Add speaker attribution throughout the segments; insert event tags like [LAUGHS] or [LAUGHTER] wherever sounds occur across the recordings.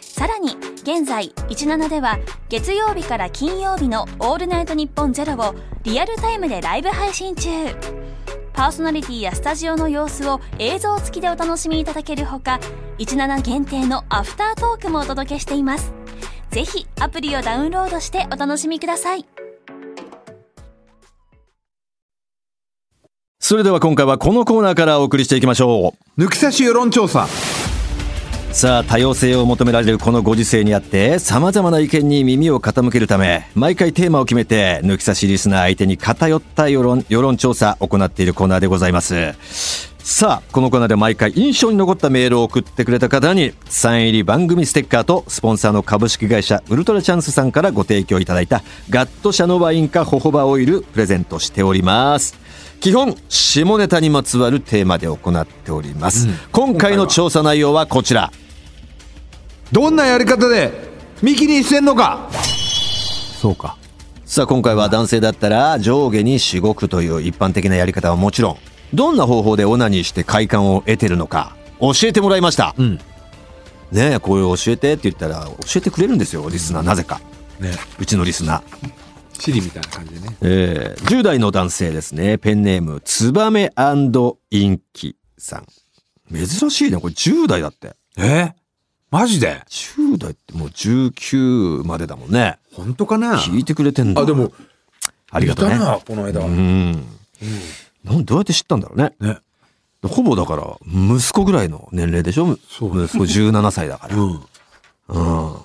Speaker 1: さらに現在17では月曜日から金曜日の「オールナイトニッポンゼロをリアルタイムでライブ配信中パーソナリティやスタジオの様子を映像付きでお楽しみいただけるほか17限定のアフタートークもお届けしていますぜひアプリをダウンロードしてお楽しみください
Speaker 2: それでは今回はこのコーナーからお送りしていきましょう
Speaker 3: 抜き差し世論調査
Speaker 2: さあ多様性を求められるこのご時世にあってさまざまな意見に耳を傾けるため毎回テーマを決めて抜き差しリスナー相手に偏った世論世論調査を行っているコーナーでございますさあこのコーナーで毎回印象に残ったメールを送ってくれた方にサイン入り番組ステッカーとスポンサーの株式会社ウルトラチャンスさんからご提供いただいたガット社のワインかホホバオイルプレゼントしております基本下ネタにまつわるテーマで行っております、今回の調査内容はこちら
Speaker 3: どんなやり方でミキにしてんのか
Speaker 4: そうか。
Speaker 2: さあ今回は男性だったら上下にしごくという一般的なやり方はもちろんどんな方法でオナニーして快感を得てるのか教えてもらいました、
Speaker 4: ん
Speaker 2: ねえこういう教えてって言ったら教えてくれるんですよリスナーなぜか
Speaker 4: ね。
Speaker 2: うちのリスナー
Speaker 4: チリみたいな感じでね。
Speaker 2: えー10代の男性ですね。ペンネーム、ツバメインキさん。珍しいね。これ10代だって。
Speaker 4: えマジで
Speaker 2: 10代ってもう19までだもんね。
Speaker 4: 本当かな
Speaker 2: 聞いてくれてんだ。
Speaker 4: あ、でも、
Speaker 2: ありがとう
Speaker 4: い
Speaker 2: ね
Speaker 4: た。な、この間。
Speaker 2: うん。なんどうやって知ったんだろうね。
Speaker 4: ね。
Speaker 2: ほぼだから、息子ぐらいの年齢でしょ息子17歳だから。
Speaker 4: うん。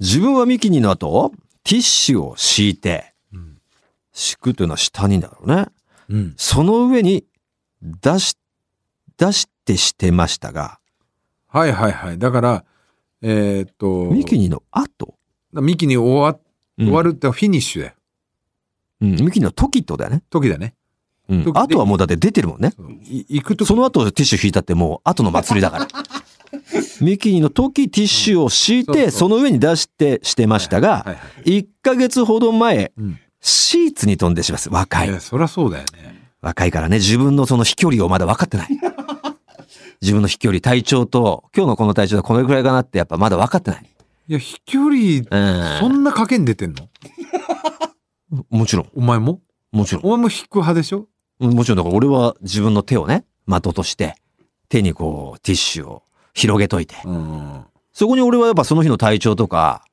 Speaker 2: 自分はミキニの後、ティッシュを敷いて、敷くというのは下にだろうね。
Speaker 4: うん。
Speaker 2: その上に出し、出してしてましたが、
Speaker 4: はいはいはい。だから、えーっと、
Speaker 2: ミキニの後、
Speaker 4: ミキに終わ
Speaker 2: うん
Speaker 4: 終わるってフィニッシュだよ。
Speaker 2: うん、ミキニの時ってことだよね。
Speaker 4: 時だね。
Speaker 2: うん
Speaker 4: 時。で
Speaker 2: あとはもうだって出てるもんね。
Speaker 4: い行くと
Speaker 2: その後ティッシュ引いたってもう後の祭りだから。 [LAUGHS] ミキニの時ティッシュを敷い
Speaker 4: うんそうそ
Speaker 2: て、
Speaker 4: う
Speaker 2: その上に出してしてました
Speaker 4: はい
Speaker 2: が、
Speaker 4: はい。
Speaker 2: 1ヶ月ほど前、
Speaker 4: うん。
Speaker 2: シーツに飛んでしまいます。若い
Speaker 4: い。や、そりゃそうだよね。
Speaker 2: 若いからね、自分のその飛距離をまだ分かって [LAUGHS] ない。自分の飛距離、体調と、今日のこの体調はこのぐらいかなってやっぱまだ分かってない。
Speaker 4: いや、飛距離、そ
Speaker 2: うん
Speaker 4: な賭けに出てんの
Speaker 2: ん。もちろん、
Speaker 4: お前も
Speaker 2: もちろん。
Speaker 4: お前も引く派でしょ
Speaker 2: うんもちろんだから俺は自分の手をね、的として、手にこう、ティッシュを広げといて。
Speaker 4: うん。
Speaker 2: そこに俺はやっぱその日の体調とか、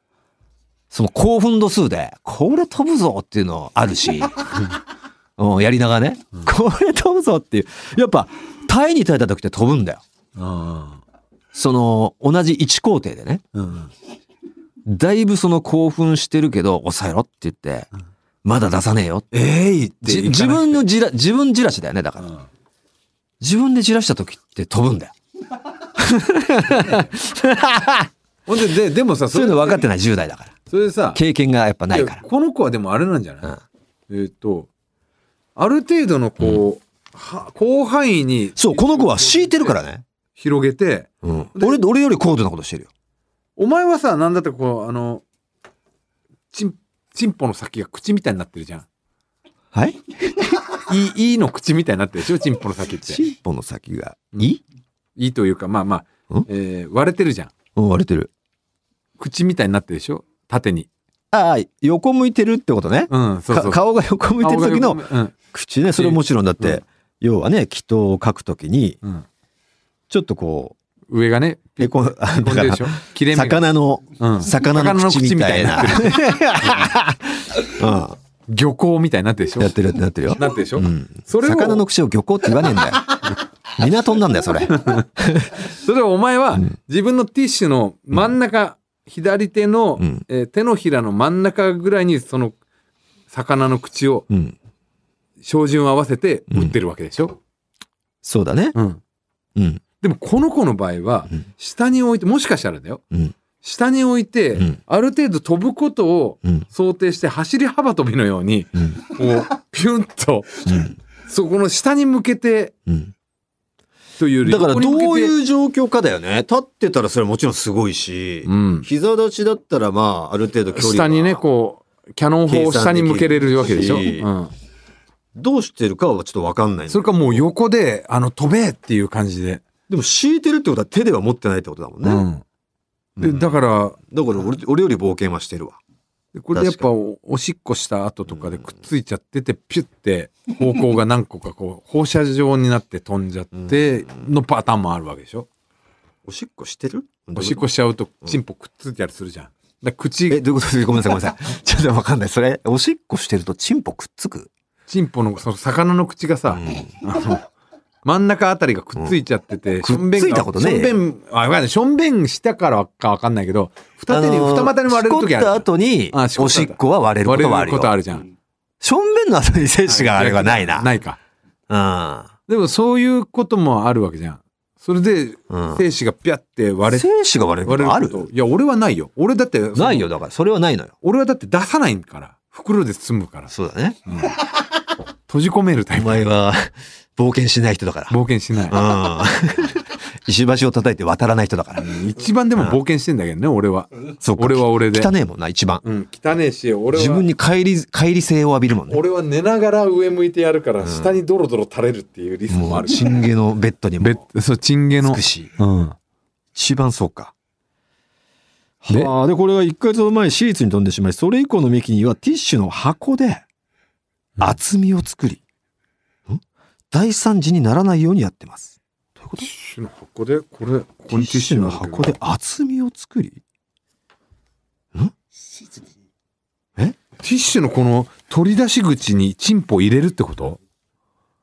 Speaker 2: その興奮度数で、これ飛ぶぞっていうのある
Speaker 4: [LAUGHS]
Speaker 2: し、うん、やりながらね、これ飛ぶぞっていう。やっぱ、耐えに耐えた時って飛ぶんだよ。
Speaker 4: うん。
Speaker 2: その、同じ1工程でね。
Speaker 4: うん。
Speaker 2: だいぶその興奮してるけど、抑えろって言って、まだ出さねえよって。
Speaker 4: ええいって
Speaker 2: じ
Speaker 4: 行
Speaker 2: 自
Speaker 4: かなく
Speaker 2: 分のじら、自分じらしだよね、だから。
Speaker 4: うん
Speaker 2: 自分でじらした時って飛ぶんだよ。
Speaker 4: ほんで、で、でもさ、。
Speaker 2: そういうの分かっててない10代だから。
Speaker 4: それでさ、
Speaker 2: 経験がやっぱないから
Speaker 4: いや。この子はでもあれなんじゃない、えーっ、と、ある程度のこう、は広範囲に
Speaker 2: そう、この子は敷いてるからね。
Speaker 4: 広げて、
Speaker 2: うん、俺、俺より高度なことしてるよ。
Speaker 4: お前はさ、なんだってこう、あの、ちん、ちんぽの先が口みたいになってるじゃん。
Speaker 2: はい
Speaker 4: いい、いいの口みたいになってるでしょ、ちんぽの先って。
Speaker 2: 尻尾の先が、
Speaker 4: うん
Speaker 2: い
Speaker 4: いいというか、まあまあ
Speaker 2: ん、
Speaker 4: えー割れてるじゃん。
Speaker 2: うん、割れてる。
Speaker 4: 口みたいになってるでしょ縦に。
Speaker 2: ああ、横向いてるってことね。
Speaker 4: うん、そうそ
Speaker 2: か
Speaker 4: う。
Speaker 2: 顔が横向いてる時
Speaker 4: 顔が
Speaker 2: の
Speaker 4: よくうん、
Speaker 2: 口ね。それもちろんだって、
Speaker 4: うん
Speaker 2: 要はね、祈祷を書くときに、
Speaker 4: うん。
Speaker 2: ちょっとこ
Speaker 4: 上がね、
Speaker 2: う、へこん、あ
Speaker 4: へこんでるでしょ切れ目が。
Speaker 2: 魚の、
Speaker 4: うん
Speaker 2: 魚の口みたいな。
Speaker 4: 魚の口みたいになってる
Speaker 2: [LAUGHS] う
Speaker 4: 漁港みたいになってるでし
Speaker 2: ん。
Speaker 4: ょ
Speaker 2: やってるやってるやってるよ。
Speaker 4: なってるでしょ、
Speaker 2: うん。
Speaker 4: それを
Speaker 2: 魚の口を漁港って言わねえん
Speaker 4: [LAUGHS]
Speaker 2: だよ。港になんだよ、それ。
Speaker 4: それでお前は自分のティッシュの真ん中、左手の、
Speaker 2: うん
Speaker 4: えー手のひらの真ん中ぐらいにその魚の口を
Speaker 2: うん。
Speaker 4: 照準を合わせて打ってるわけでしょ、
Speaker 2: そうだね。
Speaker 4: うん
Speaker 2: うん。
Speaker 4: でもこの子の場合は
Speaker 2: うん
Speaker 4: 下に置いてもしかしたらだよ
Speaker 2: うん。
Speaker 4: 下に置いて、
Speaker 2: うん
Speaker 4: ある程度飛ぶことを
Speaker 2: うん
Speaker 4: 想定して走り幅跳びのように、
Speaker 2: うん
Speaker 4: こう、ピュンと、
Speaker 2: うん
Speaker 4: そこの下に向けて
Speaker 2: うん
Speaker 4: というより
Speaker 2: だから
Speaker 4: 横に
Speaker 2: ど
Speaker 4: 向けて
Speaker 2: ういう状況かだよね立ってたらそれはもちろんすごいし、
Speaker 4: うん
Speaker 2: 膝立ちだったらまあある程度距離は
Speaker 4: 下にね、こう、キャノン砲を下に向けれるわけでしょ。う
Speaker 2: 計算できるし
Speaker 4: ん、
Speaker 2: どうしてるかはちょっと分かんないんだ
Speaker 4: それかもう横で、あの、飛べっていう感じで。
Speaker 2: でも敷いてるってことは手では持ってないってことだもんね、
Speaker 4: うんで
Speaker 2: うん
Speaker 4: だか
Speaker 2: だ
Speaker 4: ら、
Speaker 2: から俺俺より冒険はしてるわ
Speaker 4: でこれでやっぱおおしっこした後とかでくっついちゃっててピュッて方向が何個かこう放射状になって飛んじゃってのパターンもあるわけでしょ
Speaker 2: おしっこしてる
Speaker 4: おしっこしちゃうとチンポくっついたりするじゃん。だから
Speaker 2: え
Speaker 4: 口
Speaker 2: どういうこと [LAUGHS] ですごめんなさいごめんなさいちょっと分かんないそれおしっこしてるとチンポくっつく
Speaker 4: チンポのその魚の口がさ、あの真ん中あたりがくっついちゃってて、
Speaker 2: くっついたことね
Speaker 4: しょんべんあわかんないしょんべんしたからかわかんないけど二手に、
Speaker 2: あのー
Speaker 4: 二股に割れる時あ
Speaker 2: しこっ
Speaker 4: る
Speaker 2: た後に
Speaker 4: あしこ
Speaker 2: お
Speaker 4: った
Speaker 2: し
Speaker 4: 後
Speaker 2: っこは割れること
Speaker 4: 割
Speaker 2: はあ
Speaker 4: れる
Speaker 2: る
Speaker 4: ことあ
Speaker 2: よ
Speaker 4: るじゃん。
Speaker 2: しょんべんの後に精子があれはないな、
Speaker 4: ないか。でもそういうこともあるわけじゃん。それで
Speaker 2: うん
Speaker 4: 精子がピャって
Speaker 2: うん
Speaker 4: 割れ
Speaker 2: 精子が割れるこ
Speaker 4: 割れ
Speaker 2: とあ
Speaker 4: るこ
Speaker 2: る
Speaker 4: といや俺はないよ。俺だってその
Speaker 2: ないよだからそれはないのよ
Speaker 4: 俺はだって出さないから袋で済むから
Speaker 2: そうだね
Speaker 4: 閉じ込めるタ
Speaker 2: お
Speaker 4: イ
Speaker 2: [LAUGHS]
Speaker 4: プ
Speaker 2: 前は冒険しない人だから
Speaker 4: 冒険しない。 [LAUGHS]
Speaker 2: うん石橋を叩いて渡らない人だから。
Speaker 4: 一番でも冒険してんだけどね俺は。
Speaker 2: そうか
Speaker 4: 俺は俺で。
Speaker 2: 汚ねえもんな、一番。
Speaker 4: うん汚ねえし俺は
Speaker 2: 自分に帰り、帰り性を浴びるもんね。
Speaker 4: 俺は寝ながら上向いてやるから下にドロドロ垂れるっていうリスクも
Speaker 2: も
Speaker 4: あ
Speaker 2: う、
Speaker 4: る。
Speaker 2: チンゲのベッドにも
Speaker 4: べそうチンゲの
Speaker 2: 美。しい。
Speaker 4: うん。
Speaker 2: 一番そうか。
Speaker 4: で
Speaker 2: はあ、で、これは1ヶ月ほど前、シーツに飛んでしまい、それ以降のミキにはティッシュの箱で厚みを作り、ん大惨事にならないようにやってます。どういうこと
Speaker 4: ティッシュの箱でこれこ
Speaker 2: ティッシュの箱で
Speaker 4: こ
Speaker 2: 厚みを作り
Speaker 4: こにティッシュのこの取り出し口にチンポ入れるってこと？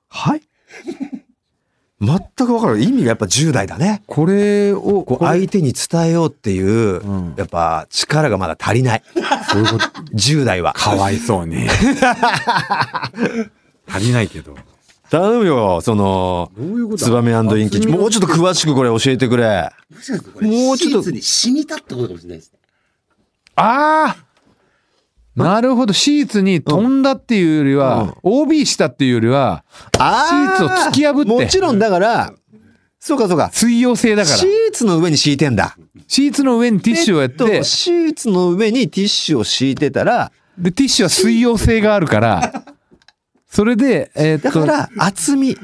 Speaker 2: はい [LAUGHS] 全く分からない。意味がやっぱ10代だね。
Speaker 4: これを
Speaker 2: こう
Speaker 4: これ
Speaker 2: 相手に伝えようっていう、
Speaker 4: うん
Speaker 2: やっぱ力がまだ足りない。
Speaker 4: そういうこと
Speaker 2: 10代は。
Speaker 4: かわいそう [LAUGHS] に足りないけど
Speaker 2: 頼むよ、その、
Speaker 4: どういうこ
Speaker 2: ツバメインキチ。もうちょっと詳しくこれ教えてくれ。
Speaker 5: もしかしてこれ、
Speaker 2: も
Speaker 5: も
Speaker 2: う
Speaker 5: う
Speaker 2: ち
Speaker 5: ち
Speaker 2: ょ
Speaker 5: ょ
Speaker 2: っと
Speaker 5: っと。に染みたってことかもしれないですね。
Speaker 4: ああなるほどシーツに飛んだっていうよりは、OB したっていうよりは
Speaker 2: あ
Speaker 4: シーツを突き破って
Speaker 2: もちろんだから、そうかそうか。
Speaker 4: 水溶性だから
Speaker 2: シーツの上に敷いてんだ。
Speaker 4: シーツの上にティッシュをやって、
Speaker 2: えっとシーツの上にティッシュを敷いてたら、
Speaker 4: でティッシュは水溶性があるからそれで、えーっ
Speaker 2: だ
Speaker 4: と
Speaker 2: から厚み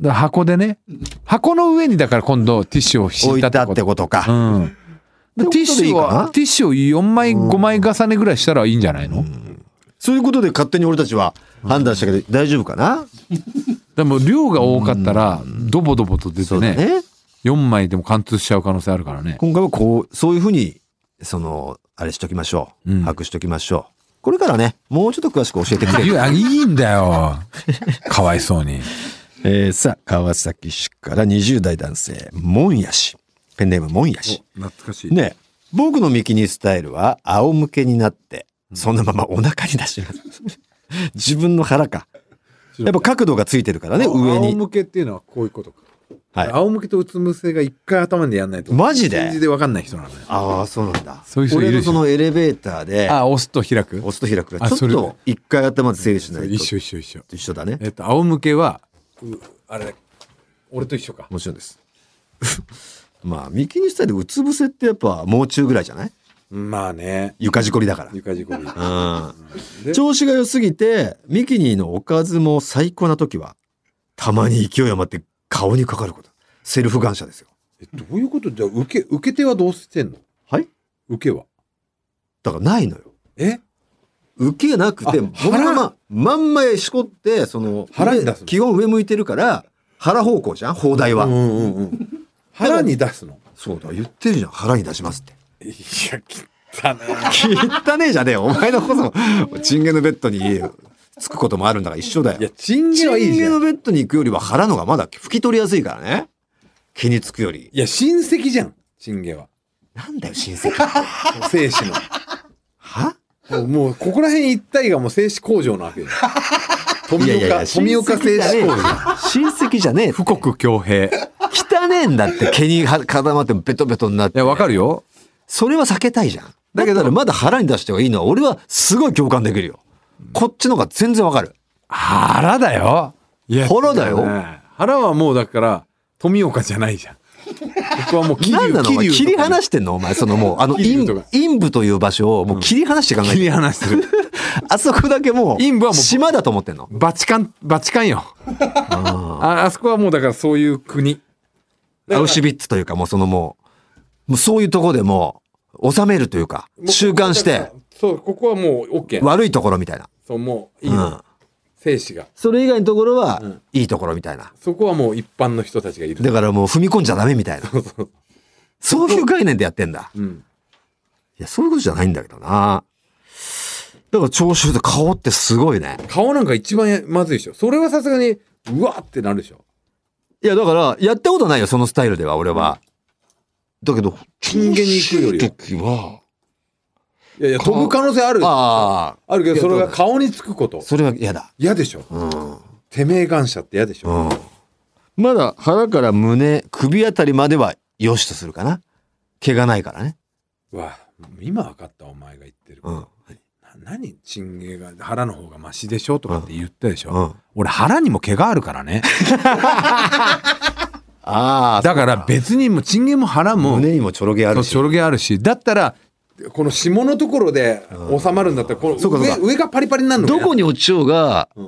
Speaker 4: だ箱でね箱の上にだから今度ティッシュを敷
Speaker 2: 置
Speaker 4: い
Speaker 2: い
Speaker 4: た
Speaker 2: たっ
Speaker 4: ってこ
Speaker 2: て
Speaker 4: と
Speaker 2: こと
Speaker 4: う
Speaker 2: か。
Speaker 4: ん
Speaker 2: てこと
Speaker 4: ティッシ
Speaker 2: でいい
Speaker 4: ュ
Speaker 2: かな
Speaker 4: はティッシュを4枚5枚重ねぐらいしたらいいんじゃないの、
Speaker 2: そういうことで勝手に俺たちは判断したけど大丈夫かな
Speaker 4: でも量が多かったらドボドボと出て
Speaker 2: そうだ
Speaker 4: ね
Speaker 2: ね。
Speaker 4: 4枚でも貫通しちゃう可能性あるからね
Speaker 2: 今回はこう、そういうふうに、その、あれしときましょう。
Speaker 4: うん
Speaker 2: 把握しときましょう。これからね、もうちょっと詳しく教えてくれ
Speaker 4: い
Speaker 2: る。
Speaker 4: やいいんだよかわいそうに
Speaker 2: [LAUGHS] えーさあ、川崎市から20代男性、もんやし。ペンネームもんやし。
Speaker 4: 懐かし
Speaker 2: ねえ僕のミキニスタイルは仰向けになって、そのままお腹に出します。 [LAUGHS] 自分の腹か。やっぱ角度がついてるからね、上
Speaker 4: 仰
Speaker 2: に。
Speaker 4: 向けっていうのはこういうことか、
Speaker 2: はい
Speaker 4: 仰向けとうつむせが一回頭でやんないと
Speaker 2: マジで
Speaker 4: 数字で分かんない人なのよ
Speaker 2: ああ、そうなんだ。
Speaker 4: そういう人いる
Speaker 2: 俺
Speaker 4: でしょ
Speaker 2: のそのエレベーターで、
Speaker 4: あ押すと開く
Speaker 2: 押すと開くから。
Speaker 4: あ
Speaker 2: ちょ
Speaker 4: そ
Speaker 2: っ
Speaker 4: れ
Speaker 2: と一回頭で整理しないと。
Speaker 4: 一緒一緒一緒
Speaker 2: 一緒だね。
Speaker 4: えっと仰向けはうあれ俺と一緒か
Speaker 2: もちろんです。 [LAUGHS] まあ、右にしたり、うつ伏せってやっぱ、盲中ぐらいじゃない
Speaker 4: まあね
Speaker 2: 床じこりだから。
Speaker 4: 床事故に [LAUGHS]
Speaker 2: うん。
Speaker 4: で
Speaker 2: 調子が良すぎて、ミキニーのおかずも最高な時は、たまに勢い余って顔にかかること。セルフ感謝ですよ。
Speaker 4: えどういうことじゃあ受け受け手はどうしてんの
Speaker 2: はい
Speaker 4: 受けは
Speaker 2: だからないのよ。
Speaker 4: え
Speaker 2: 受けなくて、
Speaker 4: あ
Speaker 2: もうまま、まんましこって、その、
Speaker 4: 腹に出すの
Speaker 2: 基本上向いてるから、腹方向じゃん砲台は。
Speaker 4: うんうんうん、腹に出すの
Speaker 2: そうだ、言ってるじゃん。腹に出しますって。
Speaker 4: いやきったね
Speaker 2: 汚ねえじゃねえよ。お前のこそ、チンゲのベッドに、つくこともあるんだから一緒だよ。
Speaker 4: いやチンゲはいい
Speaker 2: チン
Speaker 4: じ
Speaker 2: ゲ
Speaker 4: ゃん
Speaker 2: の
Speaker 4: い
Speaker 2: ベッドに行くよりは腹のがまだ拭き取りやすいからね。気につくより。
Speaker 4: や親戚じゃんチンゲは
Speaker 2: なんだよ、親戚って。
Speaker 4: 精子
Speaker 2: は
Speaker 4: のもうここら辺一帯がもう精子工場なわ
Speaker 2: [LAUGHS]
Speaker 4: けよ富岡富岡精子工場
Speaker 2: 親戚じゃねえ。
Speaker 4: 富国強兵い
Speaker 2: 汚ねえんだって、毛には固まってベトベトになって。
Speaker 4: やわかるよ
Speaker 2: それは避けたいじゃん。だけ
Speaker 4: だ
Speaker 2: ど、まだ腹に出してはいいのは、俺はすごい共感できるよ。こっちの方が全然わかる。
Speaker 4: 腹だよ。いや
Speaker 2: 腹だよ
Speaker 4: ね腹はもうだから、富岡じゃないじゃん。僕はもう桐
Speaker 2: なんなのお前切り離
Speaker 4: し
Speaker 2: してんのお前、そのもう、あの、
Speaker 4: 桐
Speaker 2: 陰
Speaker 4: 生とか
Speaker 2: 陰部という場所をもう切り離して考え
Speaker 4: 切
Speaker 2: て
Speaker 4: り
Speaker 2: る。
Speaker 4: 離してる。
Speaker 2: [LAUGHS] あそこだけもう、
Speaker 4: 陰部はもう
Speaker 2: 島だと思ってんの。
Speaker 4: バチカン、バチカンよ。ああそこはもうだからそういう国。
Speaker 2: アウシュビッツというか、もうそのもう、もうそういうとこでもう、収めるというか、習慣して、。
Speaker 4: そう、ここはもう OK。
Speaker 2: 悪いところみたいな。
Speaker 4: そう、もういい、
Speaker 2: うん。
Speaker 4: 生死が。
Speaker 2: それ以外のところは
Speaker 4: ん、
Speaker 2: いいところみたいな。
Speaker 4: そこはもう一般の人たちがいる。
Speaker 2: だからもう踏み込んじゃダメみたいな。そういう概念でやってんだ。
Speaker 4: うん。
Speaker 2: いや、そういうことじゃないんだけどな。だから聴衆で顔ってすごいね。
Speaker 4: 顔なんか一番まずいでしょ。それはさすがに、うわってなるでしょ。
Speaker 2: いや、だから、やったことないよ、そのスタイルでは、俺は。だけど、
Speaker 4: 人間に行くよりは
Speaker 2: 聴衆の時は。
Speaker 4: いやいや、飛ぶ可能性ある。
Speaker 2: ああ、
Speaker 4: あるけど、それが顔につくこと。
Speaker 2: それは嫌だ。
Speaker 4: 嫌でしょ。
Speaker 2: うん。
Speaker 4: てめえ感謝って嫌でしょ。
Speaker 2: うん。まだ腹から胸、首あたりまでは良しとするかな。毛がないからね。
Speaker 4: うわ今分かったお前が言ってる、
Speaker 2: うん。
Speaker 4: な何チンゲが腹の方がマシでしょとかって言ったでしょ、
Speaker 2: うん。
Speaker 4: 俺腹にも毛があるからね
Speaker 2: [LAUGHS] ああ、
Speaker 4: だから別にもうチンゲも腹も
Speaker 2: 胸にもちょろ毛あ
Speaker 4: そ
Speaker 2: る
Speaker 4: う
Speaker 2: し。
Speaker 4: ちょろ毛あるしだったらこの下のところで収まるんだったらこの
Speaker 2: そうかそう
Speaker 4: 上
Speaker 2: か
Speaker 4: 上がパリパリになるの
Speaker 2: どこ
Speaker 4: に
Speaker 2: に落ちようが、
Speaker 4: ん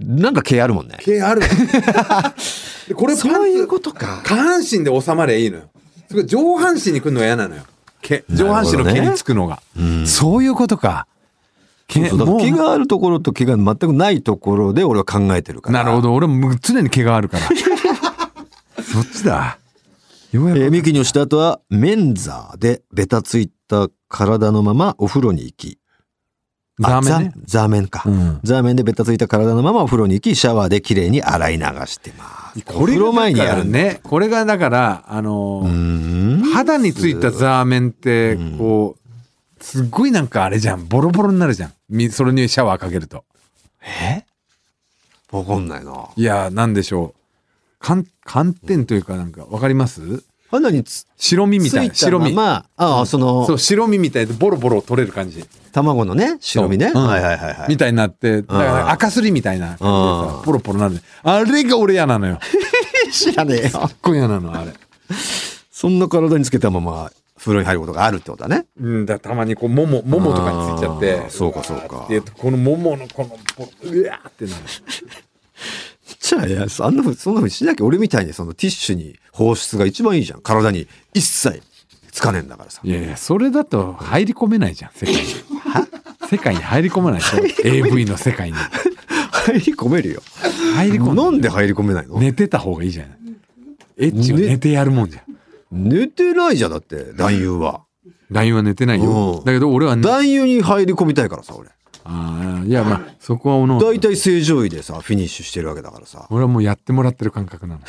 Speaker 2: なんか毛あるもんね。
Speaker 4: 毛ある
Speaker 2: [LAUGHS]
Speaker 4: でこれパンツ
Speaker 2: そういうことか。
Speaker 4: 下半身で収まりゃいいのよそれが上半身にくるのは嫌なのよ毛上半身の毛につくのが、そういうことか毛
Speaker 2: そうだから
Speaker 4: もう
Speaker 2: 毛があるところと毛が全くないところで俺は考えてるから。
Speaker 4: なるほ。ど。俺も常に毛があ
Speaker 2: [LAUGHS]
Speaker 4: るから。そっちだ。ようや
Speaker 2: えー、
Speaker 4: く。
Speaker 2: ミキニをした後は、メンザーでベタついた体のままお風呂に行き。
Speaker 4: ザ
Speaker 2: あ
Speaker 4: ーメンね。
Speaker 2: ザザーメンか。
Speaker 4: うん
Speaker 2: ザーメンでベタついた体のままお風呂に行き、シャワーで綺麗に洗い流してます。お風呂前にやるんだ。
Speaker 4: ね。これがだから、あ
Speaker 2: う
Speaker 4: の
Speaker 2: ーん
Speaker 4: ー、肌についたザーメンって
Speaker 2: ん、
Speaker 4: こう、すっごいなんかあれじゃん。ボロボロになるじゃん。みそれにシャワーかけると。
Speaker 2: えわかんないない
Speaker 4: やー、なんでしょう。寒寒天というかなんか、わかります
Speaker 2: 肌につ
Speaker 4: 白身み
Speaker 2: つ
Speaker 4: たい
Speaker 2: い
Speaker 4: な。
Speaker 2: た
Speaker 4: 白
Speaker 2: ま
Speaker 4: 身。
Speaker 2: まああその
Speaker 4: そう、白身みたいでボロボロ取れる感じ。
Speaker 2: 卵のね白身ね、
Speaker 4: そううん
Speaker 2: はいはいはいはい
Speaker 4: みたいになって、だから赤すりみたいな感じで
Speaker 2: う
Speaker 4: さ、ポロポロなる。あれが俺嫌なのよ。 [LAUGHS]
Speaker 2: 知らねえよ
Speaker 4: 今夜なのあれ。
Speaker 2: そんな体につけたまま風呂に入ることがあるってことだね
Speaker 4: うんだたまにこうももももとかについちゃって
Speaker 2: あーそうかそうか
Speaker 4: わーってこのもものこのポロうわーってなる。
Speaker 2: じゃあいやそんなふうそんなふうにしなきゃ俺みたいにそのティッシュに放出が一番いいじゃん体に一切つかねえんだからさ
Speaker 4: いやいやそれだと入り込めないじゃん世界に。世界に入り込まない。そう AV の世界に
Speaker 2: [LAUGHS] 入り込めるよ
Speaker 4: 入り込む。
Speaker 2: なんで入り込めないの、
Speaker 4: 寝てた方がいいじゃん。エッチは寝てやるもんじゃん。
Speaker 2: 寝てないじゃんだって男優は
Speaker 4: ラインは寝てないよ
Speaker 2: う。ん
Speaker 4: だけど俺はね
Speaker 2: 男優に入り込みたいからさ俺
Speaker 4: あーいやまあそこはおのおの
Speaker 2: 大体正常位でさフィニッシュしてるわけだからさ
Speaker 4: 俺はもうやってもらってる感覚なの。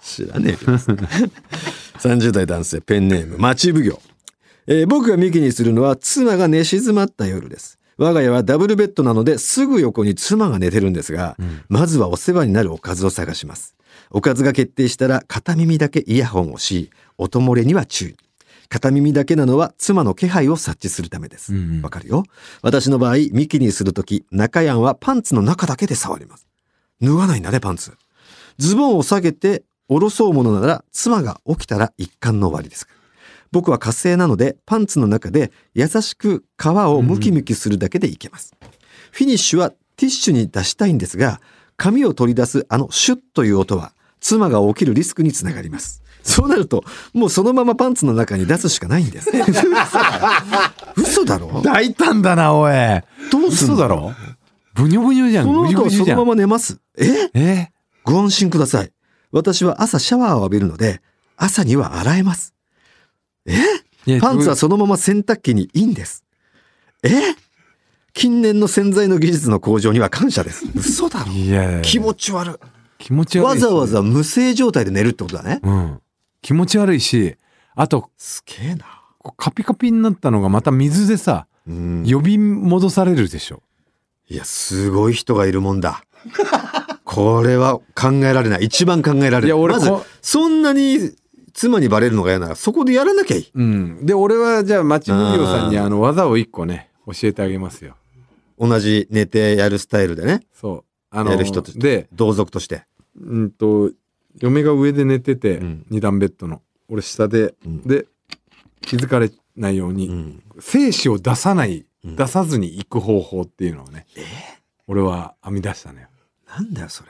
Speaker 2: 知らねえよ30代男性ペンネーム町奉行、えー僕がミキにするのは妻が寝静まった夜です我が家はダブルベッドなのですぐ横に妻が寝てるんですが、まずはお世話になるおかずを探しますおかずが決定したら片耳だけイヤホンをし音漏れには注意片耳だけなのは妻の気配を察知するためですわ、
Speaker 4: うんうん
Speaker 2: かるよ私の場合ミキにするとき中やんはパンツの中だけで触ります脱がないんだねパンツズボンを下げて下ろそうものなら妻が起きたら一貫の終わりです。僕は火星なのでパンツの中で優しく皮をムキムキするだけでいけます。フィニッシュはティッシュに出したいんですが、髪を取り出すあのシュッという音は妻が起きるリスクにつながります。そうなると、もうそのままパンツの中に出すしかないんです。 [LAUGHS] 嘘だろ [LAUGHS] 嘘だろ
Speaker 4: 大胆だなおい。
Speaker 2: どうすん
Speaker 4: 嘘
Speaker 2: の
Speaker 4: だろブニョブニョじゃん。
Speaker 2: この
Speaker 4: ブニョ
Speaker 2: 後
Speaker 4: ブ
Speaker 2: は
Speaker 4: ニョ
Speaker 2: そ
Speaker 4: じゃ
Speaker 2: のまま
Speaker 4: ん。
Speaker 2: 寝ます。え
Speaker 4: え
Speaker 2: ご安心ください。私は朝シャワーを浴びるので、朝には洗えます。
Speaker 4: いや
Speaker 2: パンツはそのまま洗濯機にいいんです。え近年の洗剤の技術の向上には感謝です。嘘だろ
Speaker 4: いやいや
Speaker 2: 気持ち悪
Speaker 4: 気持ち
Speaker 2: い。
Speaker 4: 悪いし
Speaker 2: わざわざ無性状態で寝るってことだね。
Speaker 4: うん気持ち悪いしあと
Speaker 2: すげえな。
Speaker 4: こうカピカピになったのがまた水でさ
Speaker 2: うん。
Speaker 4: 呼び戻されるでしょ
Speaker 2: いや、すごい人がいるもんだ。 [LAUGHS] これは考えられない。一番考えられない。
Speaker 4: いや俺
Speaker 2: まず
Speaker 4: こ、
Speaker 2: そんなに妻にバレるのが嫌ならそこでやらなきゃいい。
Speaker 4: うん。で、俺はじゃあ、町奉行さんにあの、技を一個ね、教えてあげますよ。
Speaker 2: 同じ寝てやるスタイルでね。
Speaker 4: そう。あ
Speaker 2: やる人として
Speaker 4: で、
Speaker 2: 同族として。
Speaker 4: うんと、嫁が上で寝てて、
Speaker 2: うん
Speaker 4: 二段ベッドの。俺下で、
Speaker 2: うん
Speaker 4: で、気づかれないように、
Speaker 2: うん。
Speaker 4: 精子を出さない、
Speaker 2: うん
Speaker 4: 出さずに行く方法っていうのをね、俺は編み出したのよ。
Speaker 2: なんだよ、それ。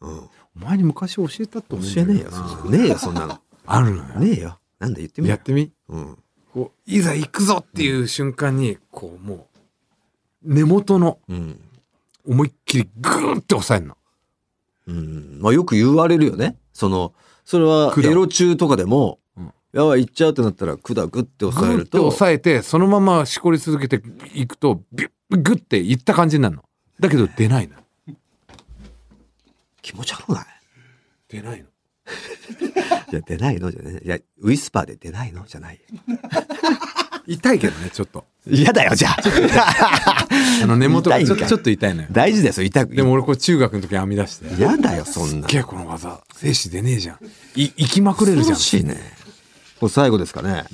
Speaker 2: うん。
Speaker 4: お前に昔教えたって
Speaker 2: 教
Speaker 4: 思うんだ
Speaker 2: え
Speaker 4: けど
Speaker 2: ねえよ、そんなねえよ、そんなの。
Speaker 4: あるの
Speaker 2: [LAUGHS]
Speaker 4: よ。
Speaker 2: ねえよ。なんだ、言ってみ
Speaker 4: や
Speaker 2: よ
Speaker 4: ってみ
Speaker 2: う。うん。
Speaker 4: こう、いざ行くぞっていう瞬間に、こう、もう、根元の
Speaker 2: うん。
Speaker 4: 思いっきりグーンって押さえるの。
Speaker 2: うん。まあ、よく言われるよね。その、それは、
Speaker 4: 管
Speaker 2: エロ中とかでも
Speaker 4: うん、
Speaker 2: やばい、行っちゃうってなったら、くだぐって
Speaker 4: グ
Speaker 2: 押さえ
Speaker 4: ーンっ
Speaker 2: る
Speaker 4: て
Speaker 2: と、
Speaker 4: 押さえて、そのまましこり続けていくと、ビュッ、グッていった感じになるの。だけど出ないの。
Speaker 2: 気持ち悪くない
Speaker 4: 出ないの。
Speaker 2: いや、出ないのじゃねいや、ウィスパーで出ないのじゃない。
Speaker 4: 痛いけどね、ちょっと。
Speaker 2: 嫌だよ、じゃあ。 [LAUGHS]
Speaker 4: あの根元がち
Speaker 2: 痛
Speaker 4: ょ
Speaker 2: いんかい
Speaker 4: ちょっと痛いのよ。
Speaker 2: 大事だよ、それ痛く。
Speaker 4: でも、俺これ中学の時に編み出して。
Speaker 2: 嫌だよ、そんな。
Speaker 4: すっげえこの技精子出ねえじゃんい行きまくれるじゃん
Speaker 2: 恐ろしいね。これ最後ですかね。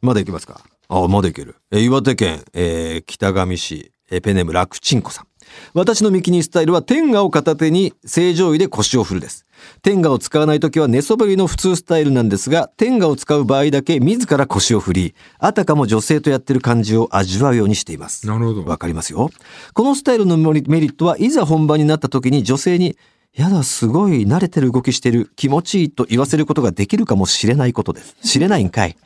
Speaker 2: まだいきますかあ、まだいける。えー、岩手県、えー北上市、えーペンネーム楽ちんこさん。私のミキニスタイルは天下を片手に正常位で腰を振るです。天下を使わない時は寝そべりの普通スタイルなんですが、天下を使う場合だけ自ら腰を振り、あたかも女性とやってる感じを味わうようにしています。
Speaker 4: なるほど
Speaker 2: わかりますよ。このスタイルのメリメリットはいざ本番になった時に女性に、やだ、すごい慣れてる動きしてる、気持ちいいと言わせることができるかもしれないことです。知れないんかい。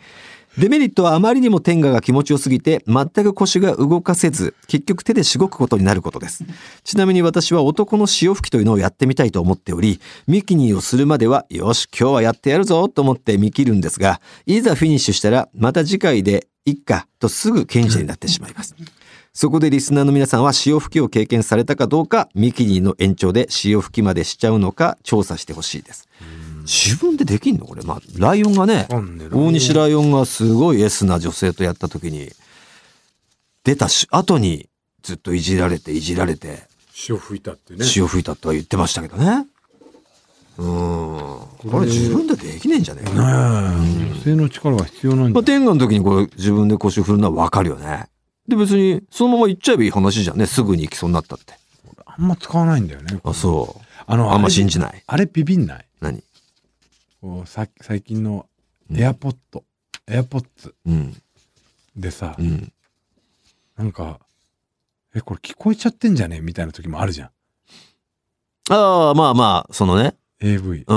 Speaker 2: デメリットはあまりにも天下が気持ちよすぎて、全く腰が動かせず、結局手でしごくことになることです。ちなみに私は男の潮吹きというのをやってみたいと思っており、ミキニーをするまでは、よし、今日はやってやるぞと思って見切るんですが、いざフィニッシュしたら、また次回で、いっか、とすぐ賢者になってしまいます。そこでリスナーの皆さんは潮吹きを経験されたかどうか、ミキニーの延長で潮吹きまでしちゃうのか調査してほしいです。自分でできんのこれ。まあ、ライオンがね、
Speaker 4: わかんねえな
Speaker 2: 大西ライオンがすごいエスな女性とやった時に、出たし、後にずっといじられていじられて、
Speaker 4: 潮吹いたってね
Speaker 2: 潮吹いたとは言ってましたけどね。うーん。これ自分でできねえんじゃねえかな。
Speaker 4: 女性の力が必要なん
Speaker 2: まあ、天下の時にこれ自分で腰を振るのはわかるよね。で、別にそのまま行っちゃえばいい話じゃんね。すぐに行きそうになったって。
Speaker 4: あんま使わないんだよね
Speaker 2: あ、そう。
Speaker 4: あの
Speaker 2: あんま
Speaker 4: れ
Speaker 2: 信じない。
Speaker 4: あれビビんない
Speaker 2: 何
Speaker 4: こうさ最近のエアポット、エアポッツ
Speaker 2: うん。
Speaker 4: でさ、
Speaker 2: うん。
Speaker 4: なんかえこれ聞こえちゃってんじゃねみたいな時もあるじゃん
Speaker 2: ああ、まあまあ、そのね。
Speaker 4: AV
Speaker 2: うん。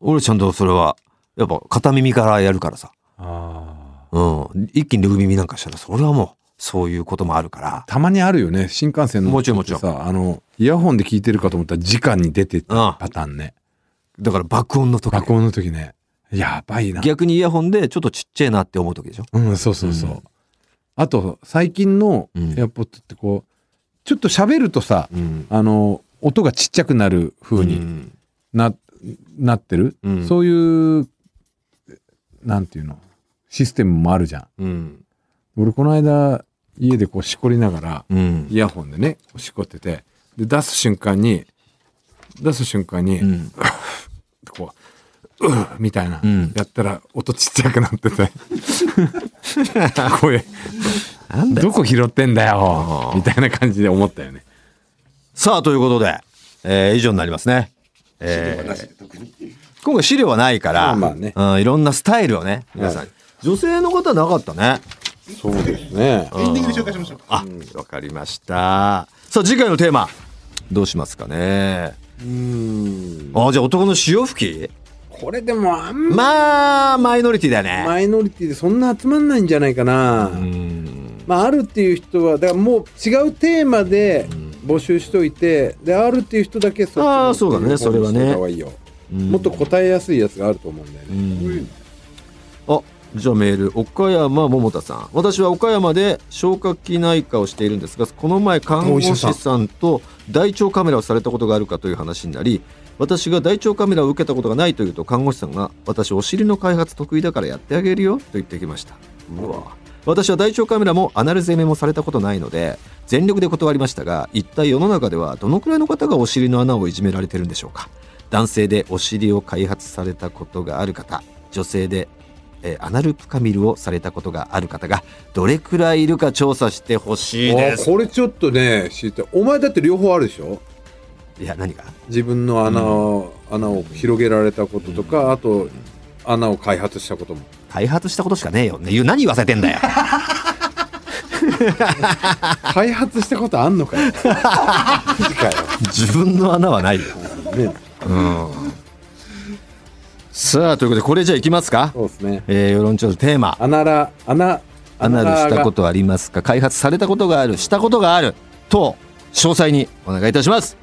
Speaker 2: 俺ちゃんとそれは、やっぱ片耳からやるからさ。
Speaker 4: あー
Speaker 2: うん。一気に両耳なんかしたら、それはもう、そういうこともあるから。
Speaker 4: たまにあるよね新幹線の
Speaker 2: もちろんもちろん
Speaker 4: さあのイヤホンで聞いてるかと思ったら直に出てった
Speaker 2: ああ
Speaker 4: パターンね
Speaker 2: だから爆音の時ね、
Speaker 4: 爆音の時ねやばいな
Speaker 2: 逆にイヤホンでちょっとちっちゃいなって思う時でしょ
Speaker 4: うん、そうそうそう。
Speaker 2: うん
Speaker 4: あと、最近の
Speaker 2: うん
Speaker 4: AirPods ってこう、ちょっと喋るとさ、
Speaker 2: うん。
Speaker 4: あの、音がちっちゃくなる風
Speaker 2: う
Speaker 4: に
Speaker 2: ん
Speaker 4: な、なってる、
Speaker 2: うん
Speaker 4: そういう、なんていうの、システムもあるじゃん。
Speaker 2: うん。
Speaker 4: 俺、この間、家でこうしこりながら、
Speaker 2: うん。
Speaker 4: イヤホンでね、こうしこってて、で、出す瞬間に、出す瞬間に、
Speaker 2: うん。
Speaker 4: こう、うーみたいな、
Speaker 2: うん
Speaker 4: やったら音ちっちゃくなってて、声、
Speaker 2: なんだよ
Speaker 4: どこ拾ってんだよみたいな感じで思ったよね。
Speaker 2: さあ、ということで、えー以上になりますね。えー
Speaker 6: 私特に。
Speaker 2: 今回資料はないから、
Speaker 4: まあまあね
Speaker 2: うん、いろんなスタイルをね、皆さん、
Speaker 4: はい
Speaker 2: 女性の方はなかったね。
Speaker 4: そうですね。
Speaker 6: エンディングで紹介しましょう。
Speaker 2: あ、わかりました。さあ、次回のテーマ、どうしますかね。あ、じゃあ男の潮吹き
Speaker 4: これでもあんま
Speaker 2: まあ、マイノリティだよね。
Speaker 4: マイノリティでそんな集まんないんじゃないかな。まああるっていう人はだからもう違うテーマで募集しといてであるっていう人だけそっちの
Speaker 2: あーそうだね
Speaker 4: 方に
Speaker 2: それはね
Speaker 4: しといた方がいいよもっと答えやすいやつがあると思うんだよね。
Speaker 2: あ、じゃあメール、岡山桃太さん。私は岡山で消化器内科をしているんですが、この前看護師さんと大腸カメラをされたことがあるかという話になり、私が大腸カメラを受けたことがないというと看護師さんが私お尻の開発得意だからやってあげるよと言ってきましたうわ私は大腸カメラもアナル攻めもされたことないので全力で断りましたが一体世の中ではどのくらいの方がお尻の穴をいじめられてるんでしょうか男性でお尻を開発されたことがある方女性で、えーアナルプカミルをされたことがある方がどれくらいいるか調査してほしいで
Speaker 4: あ
Speaker 2: す。
Speaker 4: これちょっとね知りたいお前だって両方あるでしょ
Speaker 2: いや何が
Speaker 4: 自分の穴を,、穴を広げられたこととか、あと穴を開発したことも
Speaker 2: 開発したことしかねえよ。ね言う何言わせてん [LAUGHS] だよ。
Speaker 4: 開発したことあんのか
Speaker 2: [LAUGHS]
Speaker 4: よマジかよ
Speaker 2: 自分の穴はないよ。
Speaker 4: ね
Speaker 2: さあということでこれじゃあいきますか
Speaker 4: そう。ですね
Speaker 2: えー、世論調査テーマ。
Speaker 4: アナラアナ
Speaker 2: アナルしたこととありますか開発されたことがあるしたことがあると詳細にお願いいたします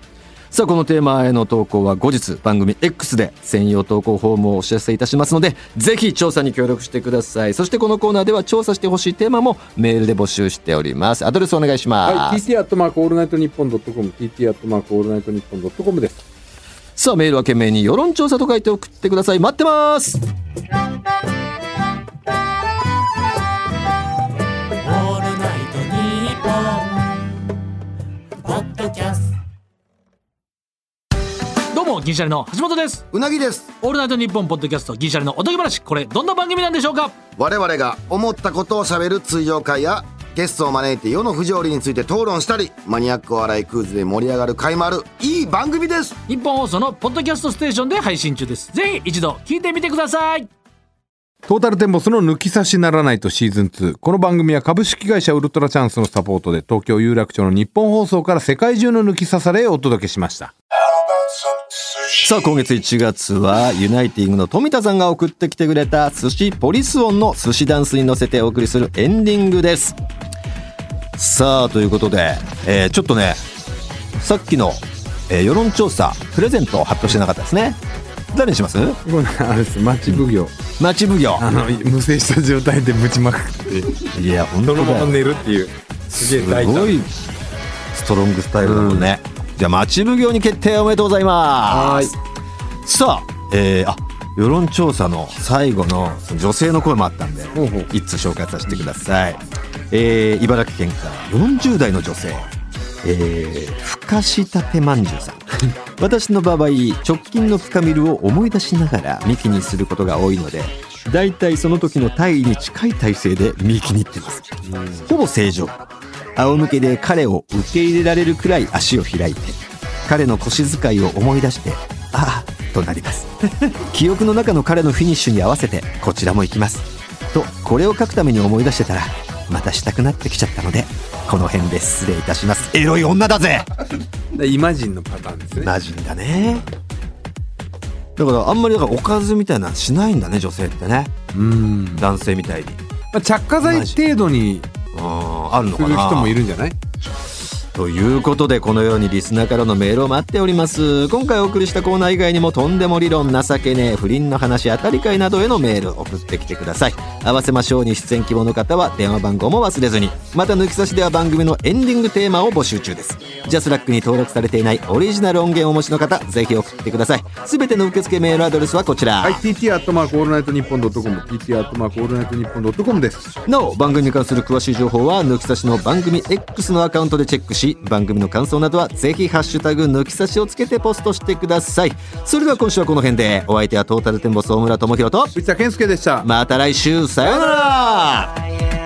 Speaker 2: さあこのテーマへの投稿は後日番組 X で専用投稿フォームをお知らせいたしますのでぜひ調査に協力してくださいそしてこのコーナーでは調査してほしいテーマもメールで募集しておりますアドレスお願いしま
Speaker 4: はい
Speaker 2: す、
Speaker 4: TT アットマークオールナイトニッポンドットコム TT アットマークオールナイトニッポンドットコムです
Speaker 2: さあメールは懸命に世論調査と書いて送ってください待ってます
Speaker 7: 「オールナイトニッポン」「ポッドキャスト」
Speaker 8: どうも銀シャリの橋本です
Speaker 9: うなぎです
Speaker 8: オールナイトニッポンポッドキャスト銀シャリのおとぎ話これどんな番組なんでしょうか
Speaker 9: 我々が思ったことをしゃべる通常会やゲストを招いて世の不条理について討論したりマニアックお笑いクイズで盛り上がる会もあるいい番組です
Speaker 8: 日本放送のポッドキャストステーションで配信中ですぜひ一度聞いてみてください
Speaker 4: トータルテンボスの抜き差しならないとシーズン2。この番組は株式会社ウルトラチャンスのサポートで東京有楽町の日本放送から世界中の抜き差されをお届けしました。
Speaker 2: さあ今月1月はユナイティングの富田さんが送ってきてくれた寿司ポリス音の寿司ダンスに乗せてお送りするエンディングですさあということで、えーちょっとねさっきの、えー世論調査プレゼントを発表してなかったですね誰にします
Speaker 4: これあれです、町奉行。
Speaker 2: 町奉行
Speaker 4: あの、無制した状態でぶちまくって、
Speaker 2: いや本
Speaker 4: そ
Speaker 2: 当
Speaker 4: のま
Speaker 2: だ
Speaker 4: ま
Speaker 2: よ
Speaker 4: 寝るっていう。すげえ
Speaker 2: す
Speaker 4: 大
Speaker 2: ご
Speaker 4: 胆。
Speaker 2: いストロングスタイルだもんね、じゃあ町奉行に決定おめでとうございます
Speaker 4: はい。
Speaker 2: さあ、えーあ世論調査の最後のその女性の声もあったんで
Speaker 4: ほうほう
Speaker 2: 一通紹介させてください、えー茨城県から40代の女性えーふかしたてまんじゅうさん [LAUGHS] 私の場合直近の深みるを思い出しながら幹にすることが多いのでだいたいその時の体位に近い体勢で幹に行ってますほぼ正常仰向けで彼を受け入れられるくらい足を開いて彼の腰遣いを思い出してああとなります記憶の中の彼のフィニッシュに合わせてこちらも行きますとこれを書くために思い出してたらまたしたくなってきちゃったのでこの辺で失礼いたしますエロい女だぜ
Speaker 4: イマジンのパターンですね。
Speaker 2: マジだねだからあんまりだからおかずみたいなのしないんだね女性ってね
Speaker 4: うん。ま
Speaker 2: 男性みたいに
Speaker 4: あ、着火剤程度に
Speaker 2: うんあるの
Speaker 4: す
Speaker 2: か
Speaker 4: る
Speaker 2: な
Speaker 4: 人もいるんじゃない
Speaker 2: ということでこのようにリスナーからのメールを待っております今回お送りしたコーナー以外にもとんでも理論情けねえ不倫の話当たり会などへのメール送ってきてください合わせましょうに出演希望の方は電話番号も忘れずにまた抜き差しでは番組のエンディングテーマを募集中ですジャスラックに登録されていないオリジナル音源をお持ちの方ぜひ送ってくださいすべての受付メールアドレスはこちら、
Speaker 4: はい、TT アットマークオールナイトニッポンドットコム、TT アットマークオールナイトニッポンドットコムです。
Speaker 2: なお番組に関する詳しい情報は抜き差しの番組 X のアカウントでチェックし番組の感想などはぜひ「ハッシュタグ抜き差し」をつけてポストしてくださいそれでは今週はこの辺でお相手はトータルテンボス大村智広と
Speaker 4: 藤田健介でした。
Speaker 2: また来週さようなら
Speaker 7: Yeah.